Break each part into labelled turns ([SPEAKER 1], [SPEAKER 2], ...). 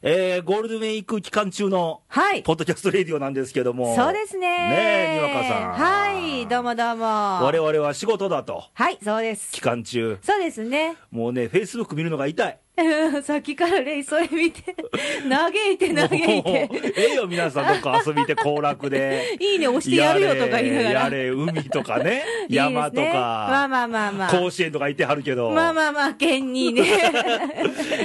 [SPEAKER 1] えー、ゴールデンウィーク期間中の、
[SPEAKER 2] はい
[SPEAKER 1] ポッドキャストレディオなんですけども。
[SPEAKER 2] そうですね。
[SPEAKER 1] ねえにわかさん
[SPEAKER 2] はい、どうもどうも。
[SPEAKER 1] 我々は仕事だと、
[SPEAKER 2] はい、そうです
[SPEAKER 1] 期。間中。
[SPEAKER 2] そうですね。
[SPEAKER 1] もうね、フェイスブック見るのが痛い。
[SPEAKER 2] さっきからレイ、それ見 て、嘆いて嘆い
[SPEAKER 1] も
[SPEAKER 2] て。
[SPEAKER 1] う。 ええよ、皆さん、どっか遊び行って、行楽で
[SPEAKER 2] いいね押してやるよとか言いながら
[SPEAKER 1] やれ、やれ海とかね、
[SPEAKER 2] いいですね
[SPEAKER 1] 山とか、
[SPEAKER 2] まあまあまあまあ。
[SPEAKER 1] 甲子園とか行ってはるけど、
[SPEAKER 2] まあまあまあ、県 にね。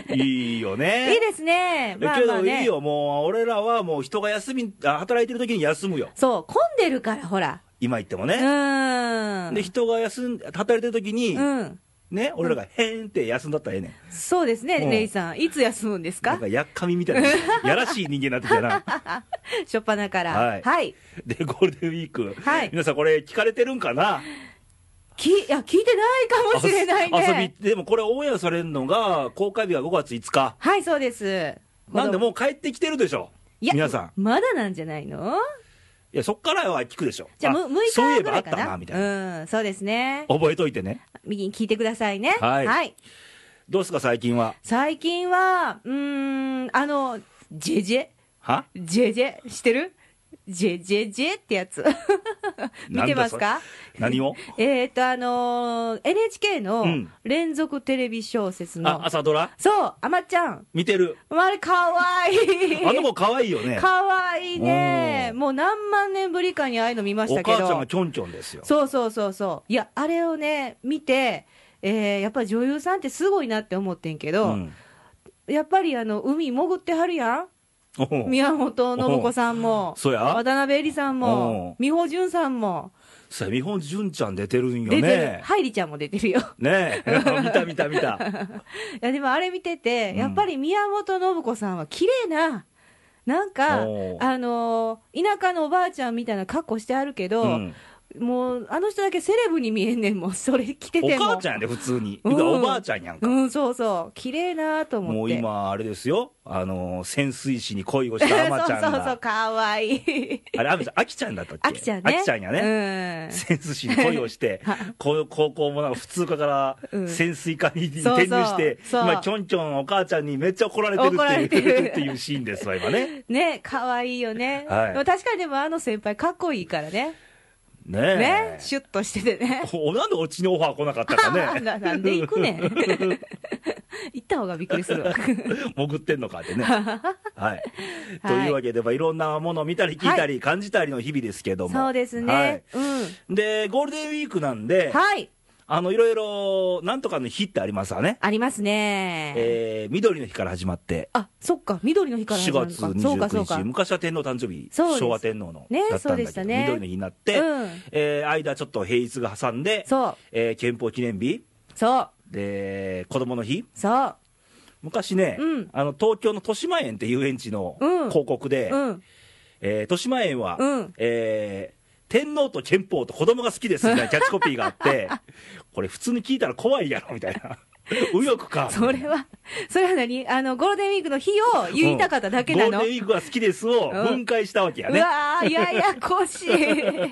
[SPEAKER 1] いいよ
[SPEAKER 2] いい
[SPEAKER 1] ね。
[SPEAKER 2] ですね。まあ
[SPEAKER 1] け
[SPEAKER 2] まあ
[SPEAKER 1] ど、いい
[SPEAKER 2] ね。
[SPEAKER 1] よ、もう、俺らはもう人が休み、あ働いてる時に休むよ。
[SPEAKER 2] そう、混んでるから、ほら。
[SPEAKER 1] 今言っても
[SPEAKER 2] う
[SPEAKER 1] ね。
[SPEAKER 2] ーん。
[SPEAKER 1] で、人が休ん、働いてる時に、
[SPEAKER 2] うん。
[SPEAKER 1] ね、俺らがへーんって休んだったらええねん。
[SPEAKER 2] そうです
[SPEAKER 1] う
[SPEAKER 2] ね、
[SPEAKER 1] ん
[SPEAKER 2] レイさん。いつ休むんです
[SPEAKER 1] なん
[SPEAKER 2] か
[SPEAKER 1] かやっかみみ たいな、やらしい人間になってきたな。
[SPEAKER 2] しょっぱなから。
[SPEAKER 1] はい
[SPEAKER 2] はい。
[SPEAKER 1] で、ゴールデンウィーク、
[SPEAKER 2] はい
[SPEAKER 1] 皆さんこれ聞かれてるんかな
[SPEAKER 2] き、いや、聞いてないかもしれない
[SPEAKER 1] 遊
[SPEAKER 2] ね
[SPEAKER 1] び。。でもこれオンエアされるのが、公開日が5月5日。
[SPEAKER 2] はい、そうです。
[SPEAKER 1] なんでもう帰ってきてるでしょ。
[SPEAKER 2] いや
[SPEAKER 1] 皆さん。
[SPEAKER 2] まだなんじゃないの
[SPEAKER 1] いや、そっからは聞くでしょ。
[SPEAKER 2] じゃあ、む6
[SPEAKER 1] そういえ
[SPEAKER 2] 日ぐ
[SPEAKER 1] ばあ
[SPEAKER 2] ら
[SPEAKER 1] っ
[SPEAKER 2] い
[SPEAKER 1] た
[SPEAKER 2] かな。
[SPEAKER 1] な、みたいな。
[SPEAKER 2] うん、そうですね。
[SPEAKER 1] 覚えといてね。
[SPEAKER 2] 右に聞いてくださいね。
[SPEAKER 1] はいどうですか、最近は。
[SPEAKER 2] 最近は、うーん、あの、ジェジェ、
[SPEAKER 1] は
[SPEAKER 2] ジェジェ、してるジェジェジェって やつ。見てますか
[SPEAKER 1] 何を
[SPEAKER 2] えーっと、あのー NHK の
[SPEAKER 1] うん
[SPEAKER 2] 連続テレビ小説 の、
[SPEAKER 1] あ、朝ドラ
[SPEAKER 2] そう、あまちゃん。
[SPEAKER 1] 見てる。
[SPEAKER 2] あれ、かわいい。
[SPEAKER 1] あの子可愛いよね。
[SPEAKER 2] かわいいね。
[SPEAKER 1] うん
[SPEAKER 2] もう何万年ぶりかにああいうの見まし
[SPEAKER 1] お
[SPEAKER 2] たけど。
[SPEAKER 1] 母ちゃんがちょんちょんですよ。
[SPEAKER 2] そうそうそうそう。いや、あれをね、見て、えーやっぱり女優さんってすごいなって思ってんけど、
[SPEAKER 1] うん
[SPEAKER 2] やっぱりあの、海潜ってはるや
[SPEAKER 1] おうん
[SPEAKER 2] 宮本信子さんも、
[SPEAKER 1] そうや。
[SPEAKER 2] 渡辺恵里さん
[SPEAKER 1] うん
[SPEAKER 2] も、美穂淳さんも、
[SPEAKER 1] さあ、見本純ちゃん出てるんよ
[SPEAKER 2] 出てる。
[SPEAKER 1] ね。
[SPEAKER 2] ハイリちゃんも出てるよ。
[SPEAKER 1] ねえ。見た見た見た。
[SPEAKER 2] いや、でもあれ見てて、
[SPEAKER 1] うん
[SPEAKER 2] やっぱり宮本信子さんは綺麗な、なんか、
[SPEAKER 1] おー
[SPEAKER 2] あのー田舎のおばあちゃんみたいな格好してあるけど、
[SPEAKER 1] うん
[SPEAKER 2] もう、あの人だけセレブに見えんねんもん、それ着て
[SPEAKER 1] お
[SPEAKER 2] ても。
[SPEAKER 1] 母ちゃんやで、普通に。
[SPEAKER 2] う
[SPEAKER 1] 言
[SPEAKER 2] ん
[SPEAKER 1] うたらおばあちゃんやんか。
[SPEAKER 2] うん、そうそう。綺麗なと思って。
[SPEAKER 1] もう今、あれですよ。あの、潜水士に恋をしたアマちゃん
[SPEAKER 2] そうそうそう、
[SPEAKER 1] が。
[SPEAKER 2] かわい い。
[SPEAKER 1] あれ、アマちゃん、アキちゃんだったっけ
[SPEAKER 2] あきちゃんね。
[SPEAKER 1] アキちゃんやね。
[SPEAKER 2] ね
[SPEAKER 1] 潜水士に恋を して、こう高校もなんか普通科から
[SPEAKER 2] うん
[SPEAKER 1] 潜水艦に
[SPEAKER 2] そうそう
[SPEAKER 1] 転入して、
[SPEAKER 2] そう
[SPEAKER 1] 今、きょんちょんお母ちゃんにめっちゃ怒られてる
[SPEAKER 2] 怒られ
[SPEAKER 1] って
[SPEAKER 2] て
[SPEAKER 1] いう
[SPEAKER 2] る
[SPEAKER 1] っていうシーンですわ、今ね。
[SPEAKER 2] うん。ね、かわいいよね。
[SPEAKER 1] はい
[SPEAKER 2] でも確かにでもあの先輩かっこいいからね。
[SPEAKER 1] ねえ
[SPEAKER 2] ね、シュッとしててね。
[SPEAKER 1] おなんでうちにオファー来なかったかね、
[SPEAKER 2] ななんで行くねん。行った方がびっくりす るわ。
[SPEAKER 1] 潜ってんのかって ね。はい、というわけで、まあいろんなもの見たり聞いたり感じたりの日々ですけども。
[SPEAKER 2] そうですね。
[SPEAKER 1] はい
[SPEAKER 2] うん。
[SPEAKER 1] で、ゴールデンウィークなんで、
[SPEAKER 2] はい。
[SPEAKER 1] あの、いろいろ、なんとかの日ってありますわね。
[SPEAKER 2] ありますね。
[SPEAKER 1] えー、緑の日から始まって、
[SPEAKER 2] あ、そっか、緑の日から始
[SPEAKER 1] 4
[SPEAKER 2] まるの
[SPEAKER 1] 月
[SPEAKER 2] か。そうか、そう
[SPEAKER 1] 29
[SPEAKER 2] か。
[SPEAKER 1] 日、
[SPEAKER 2] うん。
[SPEAKER 1] 昔は天皇誕生日、
[SPEAKER 2] そうです
[SPEAKER 1] 昭和天皇の、
[SPEAKER 2] ね
[SPEAKER 1] だった
[SPEAKER 2] そうんで
[SPEAKER 1] だ
[SPEAKER 2] し
[SPEAKER 1] けど、
[SPEAKER 2] たね
[SPEAKER 1] 緑の日になって、えー間ちょっと平日が挟んで、
[SPEAKER 2] そう、
[SPEAKER 1] えー憲法記念日、
[SPEAKER 2] そう、
[SPEAKER 1] で、子供の日、
[SPEAKER 2] そう。
[SPEAKER 1] 昔ね、
[SPEAKER 2] うん
[SPEAKER 1] あの東京の豊島園って遊園地の
[SPEAKER 2] うん
[SPEAKER 1] 広告で、
[SPEAKER 2] うん。
[SPEAKER 1] えー豊島園は、
[SPEAKER 2] うん
[SPEAKER 1] えー天皇と憲法と子供が好きです みたいなキャッチコピーがあって、これ普通に聞いたら怖いやろみたい な。右翼か。
[SPEAKER 2] それは、それは何あの、ゴールデンウィークの日を言いたかっただけなの、
[SPEAKER 1] ゴールデンウィークが好きですを分解したわけや
[SPEAKER 2] う
[SPEAKER 1] ね。
[SPEAKER 2] わー、ややこしい。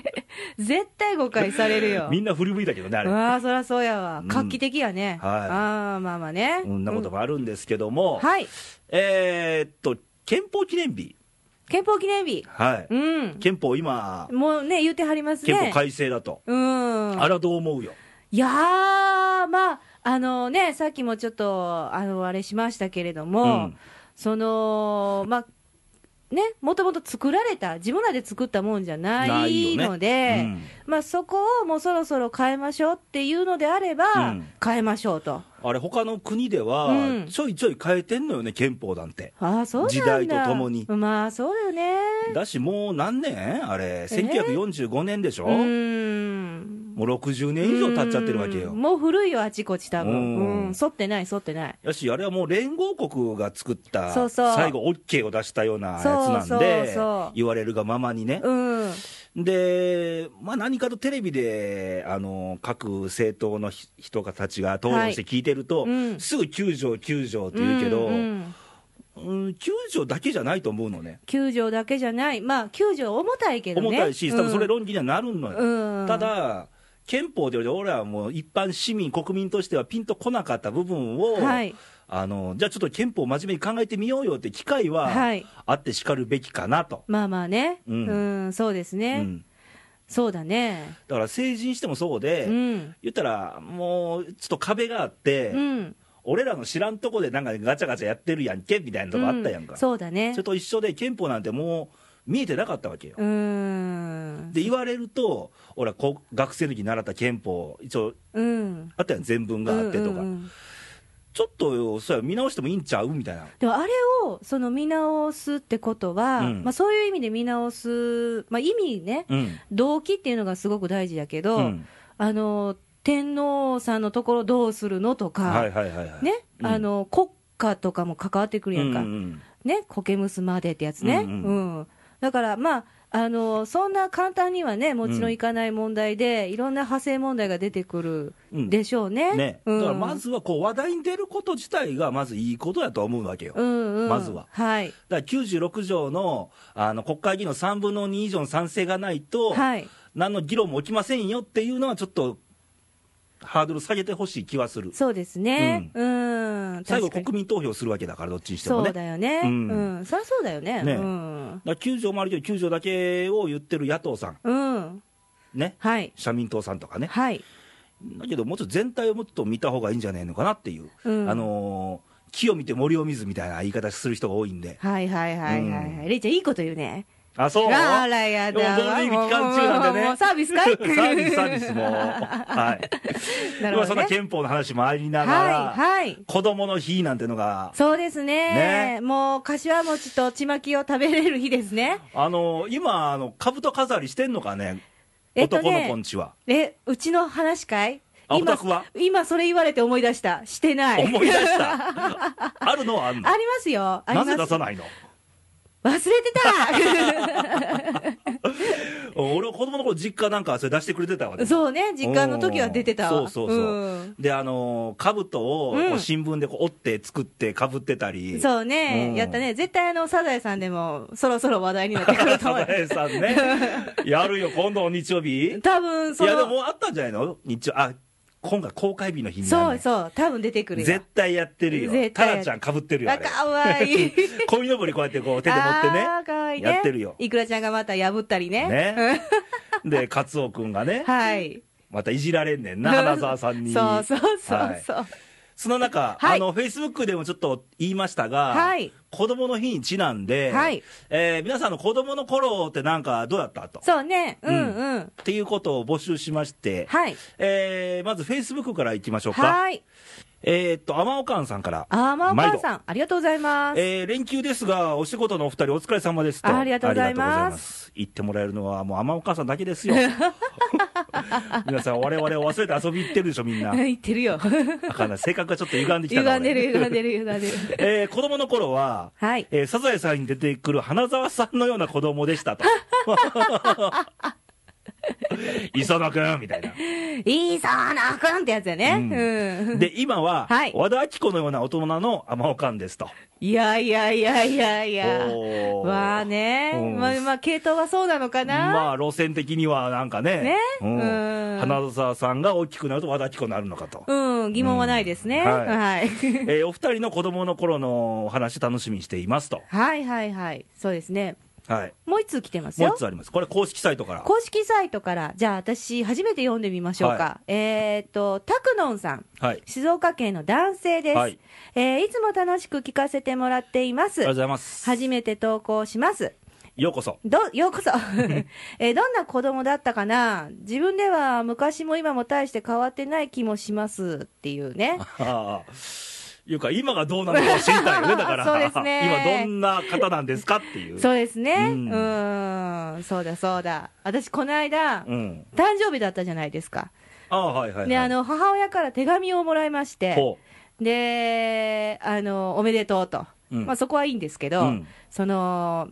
[SPEAKER 2] 絶対誤解されるよ。
[SPEAKER 1] みんな振り向いたけどね、あ
[SPEAKER 2] う
[SPEAKER 1] れ。
[SPEAKER 2] わー、そらそうやわ
[SPEAKER 1] うん。
[SPEAKER 2] 画期的やね。
[SPEAKER 1] はい
[SPEAKER 2] あー、まあまあね。
[SPEAKER 1] そんなこと
[SPEAKER 2] も。
[SPEAKER 1] もあるんですけども、
[SPEAKER 2] はい。
[SPEAKER 1] えーっと、憲法記念日。
[SPEAKER 2] 憲法記念日。
[SPEAKER 1] は
[SPEAKER 2] う
[SPEAKER 1] い。
[SPEAKER 2] ん。
[SPEAKER 1] 憲法今、
[SPEAKER 2] もうね、言ってはりますね。
[SPEAKER 1] 憲法改正だと。
[SPEAKER 2] うん。
[SPEAKER 1] あれはどう思うよ。
[SPEAKER 2] いやー、まあ、あのね、さっきもちょっと、あの、あれしましたけれども、
[SPEAKER 1] うん
[SPEAKER 2] その、まあ、ね、もともと作られた、自分らで作ったもんじゃないので、
[SPEAKER 1] うん
[SPEAKER 2] まあ、そこをもうそろそろ変えましょうっていうのであれば、
[SPEAKER 1] うん
[SPEAKER 2] 変えましょうと。
[SPEAKER 1] あれ、他の国では
[SPEAKER 2] う、ん
[SPEAKER 1] ちょいちょい変えてんのよね、憲法なんて。
[SPEAKER 2] ああ、そうなんだ
[SPEAKER 1] 時代とともに
[SPEAKER 2] まあ、そうだよね。
[SPEAKER 1] だし、もう何年あれ、1945年でしょ、
[SPEAKER 2] うーん。
[SPEAKER 1] もう60年以上経っちゃってるわけ
[SPEAKER 2] う
[SPEAKER 1] よ
[SPEAKER 2] ん。もう古いよ、あちこち多分。
[SPEAKER 1] うん
[SPEAKER 2] うん。反ってない、反ってない。
[SPEAKER 1] やし、あれはもう連合国が作った、
[SPEAKER 2] そうそう
[SPEAKER 1] 最後、OK を出したようなやつなんで、
[SPEAKER 2] そうそうそう
[SPEAKER 1] 言われるがままにね。
[SPEAKER 2] うん。
[SPEAKER 1] で、まあ、何かとテレビで、あの各政党のひ人たちが討論して聞いてると、
[SPEAKER 2] はいうん
[SPEAKER 1] すぐ9条、9条って言うけど、う
[SPEAKER 2] ん
[SPEAKER 1] ん
[SPEAKER 2] うん
[SPEAKER 1] 9条だけじゃないと思うのね、
[SPEAKER 2] 9条だけじゃない、まあ、9条重たいけどね。
[SPEAKER 1] 重たいし、多分それ
[SPEAKER 2] うん
[SPEAKER 1] 論議にはなるのよ。
[SPEAKER 2] うん
[SPEAKER 1] ただ憲法で俺はもう一般市民、国民としてはピンとこなかった部分を、
[SPEAKER 2] はい
[SPEAKER 1] あのじゃあちょっと憲法を真面目に考えてみようよって機会は
[SPEAKER 2] はい
[SPEAKER 1] あってしかるべきかなと、
[SPEAKER 2] まあまあね、
[SPEAKER 1] う
[SPEAKER 2] うんん、そうです
[SPEAKER 1] う
[SPEAKER 2] ね、
[SPEAKER 1] ん、
[SPEAKER 2] そうだね、
[SPEAKER 1] だから成人してもそうで、
[SPEAKER 2] うん、
[SPEAKER 1] 言ったらもうちょっと壁があって、
[SPEAKER 2] うん、
[SPEAKER 1] 俺らの知らんとこでなんかガチャガチャやってるやんけみたいなとこあったやんか、
[SPEAKER 2] う
[SPEAKER 1] そ
[SPEAKER 2] そうだね、
[SPEAKER 1] れと一緒で憲法なんてもう見えてなかったわけよ、
[SPEAKER 2] うーん、
[SPEAKER 1] で言われると俺はこう学生の時に習った憲法一応
[SPEAKER 2] うん、
[SPEAKER 1] あったやん全文があってとか、
[SPEAKER 2] うんうんうん
[SPEAKER 1] ちょっとそうや見直してもいいんちゃうみたいな
[SPEAKER 2] でもあれをその見直すってことは、
[SPEAKER 1] うん
[SPEAKER 2] まあ、そういう意味で見直す、まあ、意味ね、
[SPEAKER 1] うん、
[SPEAKER 2] 動機っていうのがすごく大事だけど、
[SPEAKER 1] うん
[SPEAKER 2] あの天皇さんのところどうするのとか、
[SPEAKER 1] はいはいはいはい
[SPEAKER 2] ね
[SPEAKER 1] うん
[SPEAKER 2] あの国家とかも関わってくるやんか、
[SPEAKER 1] うんうん
[SPEAKER 2] ね、苔むすまでってやつね、
[SPEAKER 1] う
[SPEAKER 2] うんん
[SPEAKER 1] う
[SPEAKER 2] だから、まああの、そんな簡単にはね、もち
[SPEAKER 1] うん
[SPEAKER 2] ろんいかない問題で、いろんな派生問題が出てくる
[SPEAKER 1] うん
[SPEAKER 2] でしょうね。
[SPEAKER 1] ね、
[SPEAKER 2] うん、
[SPEAKER 1] だからまずはこう話題に出ること自体がまずいいことやと思うわけよ、
[SPEAKER 2] う
[SPEAKER 1] だか
[SPEAKER 2] んうん、
[SPEAKER 1] まずは
[SPEAKER 2] はい、
[SPEAKER 1] ら96条のあの国会議員の3分の2以上の賛成がないと、
[SPEAKER 2] はい、
[SPEAKER 1] 何の議論も起きませんよっていうのは、ちょっとハードル下げてほしい気はする、
[SPEAKER 2] そうですね、うん、
[SPEAKER 1] 最後、
[SPEAKER 2] 確かに
[SPEAKER 1] 国民投票するわけだから、どっちにしても
[SPEAKER 2] そ
[SPEAKER 1] ね。
[SPEAKER 2] うだよね、
[SPEAKER 1] う
[SPEAKER 2] うんん、そりゃそうだよね、
[SPEAKER 1] ね
[SPEAKER 2] うん、
[SPEAKER 1] だから9条もあるけど、9条だけを言ってる野党さん、
[SPEAKER 2] うん、
[SPEAKER 1] ね、
[SPEAKER 2] はい、
[SPEAKER 1] 社民党さんとかね、
[SPEAKER 2] はい、
[SPEAKER 1] だけど、もうちょっと全体をもうちょっと見た方がいいんじゃないのかなっていう、
[SPEAKER 2] うん
[SPEAKER 1] あのー木を見て森を見ずみたいな言い方する人が多いんで、
[SPEAKER 2] はいはいはいはい、
[SPEAKER 1] う
[SPEAKER 2] は
[SPEAKER 1] ん
[SPEAKER 2] い、れいちゃん、いいこと言うね、
[SPEAKER 1] あ、そう
[SPEAKER 2] あ らやだ
[SPEAKER 1] でもゴ
[SPEAKER 2] わ、
[SPEAKER 1] ールデンウィーク期間中なんでね
[SPEAKER 2] もうもうもうサービスかい
[SPEAKER 1] サービス、サービス もう、はい、
[SPEAKER 2] な
[SPEAKER 1] ま
[SPEAKER 2] るほ
[SPEAKER 1] あそ
[SPEAKER 2] ど
[SPEAKER 1] んな
[SPEAKER 2] ね、
[SPEAKER 1] 憲法の話もありながら、
[SPEAKER 2] はい、はい。
[SPEAKER 1] 子供の日なんてのが、
[SPEAKER 2] そうですね
[SPEAKER 1] ね
[SPEAKER 2] もう柏餅とちまきを食べれる日ですね。
[SPEAKER 1] あの今あの、兜飾りしてんのかね、
[SPEAKER 2] えっとね
[SPEAKER 1] 男の子んちは。
[SPEAKER 2] え、うちの話かい
[SPEAKER 1] あお
[SPEAKER 2] 今
[SPEAKER 1] 宅は
[SPEAKER 2] 今それ言われて思い出した。してない。
[SPEAKER 1] 思い出 した。あるのはあんの
[SPEAKER 2] ありますよ。あり
[SPEAKER 1] な
[SPEAKER 2] ます。
[SPEAKER 1] ぜ出さないの
[SPEAKER 2] 忘れて
[SPEAKER 1] 俺は子供の頃実家なんかそれ出してくれてたわけ
[SPEAKER 2] たそうね、実家の時は出てた
[SPEAKER 1] うん
[SPEAKER 2] わ。
[SPEAKER 1] そうそうそう、
[SPEAKER 2] ん
[SPEAKER 1] であの兜を
[SPEAKER 2] うん
[SPEAKER 1] こう新聞でこう折って作ってかぶってたり
[SPEAKER 2] そうね、
[SPEAKER 1] うん
[SPEAKER 2] やったね。絶対あの、サザエさんでも、そろそろ話題になってくると
[SPEAKER 1] サ
[SPEAKER 2] 思
[SPEAKER 1] ザ
[SPEAKER 2] う。
[SPEAKER 1] エさん ねやるよ今度の日曜日い
[SPEAKER 2] 多分、そ
[SPEAKER 1] やで
[SPEAKER 2] の、
[SPEAKER 1] もあったんじゃないの日曜あ今回公開日の日にや
[SPEAKER 2] そ
[SPEAKER 1] る
[SPEAKER 2] うそう、多分出てくるよ。
[SPEAKER 1] 絶対やってるよ
[SPEAKER 2] 絶
[SPEAKER 1] タ
[SPEAKER 2] 対や
[SPEAKER 1] ラちゃんかぶってるよあ
[SPEAKER 2] あ、
[SPEAKER 1] れ
[SPEAKER 2] かわ いい。
[SPEAKER 1] 鯉のぼりこうやってこう手で持ってね
[SPEAKER 2] あーかわいいね。
[SPEAKER 1] やってるよ
[SPEAKER 2] いくらちゃんがまた破ったりね。
[SPEAKER 1] ねでカツオ君がね
[SPEAKER 2] はい。
[SPEAKER 1] またいじられん ねんな花澤さんに
[SPEAKER 2] そうそうそうそう。
[SPEAKER 1] その中、
[SPEAKER 2] はい
[SPEAKER 1] あのフェイスブックでもちょっと言いましたが、
[SPEAKER 2] はい
[SPEAKER 1] 子供の日にちなんで、
[SPEAKER 2] はい
[SPEAKER 1] えー皆さんの子供の頃ってなんかどうだったと。
[SPEAKER 2] そうね。うんんうん。
[SPEAKER 1] っていうことを募集しまして、
[SPEAKER 2] はい。
[SPEAKER 1] えーまずフェイスブックからいきましょうか。
[SPEAKER 2] はい。
[SPEAKER 1] えーっと、天おかんさんから。
[SPEAKER 2] あーまお母
[SPEAKER 1] ん。
[SPEAKER 2] さん、ありがとうございます。
[SPEAKER 1] えー連休ですが、お仕事のお二人お疲れ様ですと。
[SPEAKER 2] ありがとうございます
[SPEAKER 1] ありがとうござす言ってもらえるのはもう天おかんさんだけ ですよ。皆さん、我々を忘れて遊び行ってるでしょ、み んな。
[SPEAKER 2] 言ってるよ。
[SPEAKER 1] あかんない。性格がちょっと歪んできたな
[SPEAKER 2] 歪んでる
[SPEAKER 1] 俺
[SPEAKER 2] 歪んでる歪んでる。
[SPEAKER 1] えー子供の頃は、
[SPEAKER 2] はい。
[SPEAKER 1] えーサザエさんに出てくる花沢さんのような子供で したと。磯野くんみたいな。
[SPEAKER 2] いいさなくんってやつやね。うん。
[SPEAKER 1] で、今は、
[SPEAKER 2] はい
[SPEAKER 1] 和田アキ子のような大人の天おかんですと。
[SPEAKER 2] いやいやいやいやいや。
[SPEAKER 1] おー
[SPEAKER 2] わあね
[SPEAKER 1] うん。
[SPEAKER 2] まあまあ、系統はそうなのかな。
[SPEAKER 1] まあ、路線的にはなんかね、
[SPEAKER 2] ね
[SPEAKER 1] うん
[SPEAKER 2] うん
[SPEAKER 1] 花沢さんが大きくなると和田アキ子になるのか と。
[SPEAKER 2] うん、疑問はないですね。
[SPEAKER 1] うんはい
[SPEAKER 2] はい。
[SPEAKER 1] えーお二人の子供の頃のお話楽しみにしていますと。
[SPEAKER 2] はいはいはい。そうですね。
[SPEAKER 1] はい。
[SPEAKER 2] もう一通来てます
[SPEAKER 1] もう
[SPEAKER 2] よ
[SPEAKER 1] 一。つあります。これ公式サイトから。
[SPEAKER 2] 公式サイトから、じゃあ私、初めて読んでみましょうか。
[SPEAKER 1] は
[SPEAKER 2] えっ、と、たくのんさん、
[SPEAKER 1] はい。
[SPEAKER 2] 静岡県の男性です。
[SPEAKER 1] はい
[SPEAKER 2] いえーいつも楽しく聞かせてもらっていま
[SPEAKER 1] あり
[SPEAKER 2] す
[SPEAKER 1] がとう。ございます。
[SPEAKER 2] 初めて投稿します。
[SPEAKER 1] ようこそ。
[SPEAKER 2] ど、よ うこそ。えーどんな子供だったかな自分では昔も今も大して変わってない気もしますっていうね。
[SPEAKER 1] ああいうか、今がどうなのかを知りたいよね、だから、
[SPEAKER 2] そうですね
[SPEAKER 1] 今、どんな方なんですかっていう。
[SPEAKER 2] そうですね。う
[SPEAKER 1] うん
[SPEAKER 2] ーん、そうだそうだ。私、この間、
[SPEAKER 1] うん、
[SPEAKER 2] 誕生日だったじゃないですか。
[SPEAKER 1] ああ、はいはい、はい。
[SPEAKER 2] で、あの、母親から手紙をもらいまして、
[SPEAKER 1] ほ
[SPEAKER 2] で、あの、おめでとうと。
[SPEAKER 1] うん
[SPEAKER 2] まあそこはいいんですけ
[SPEAKER 1] う、
[SPEAKER 2] ど、
[SPEAKER 1] うん、
[SPEAKER 2] その、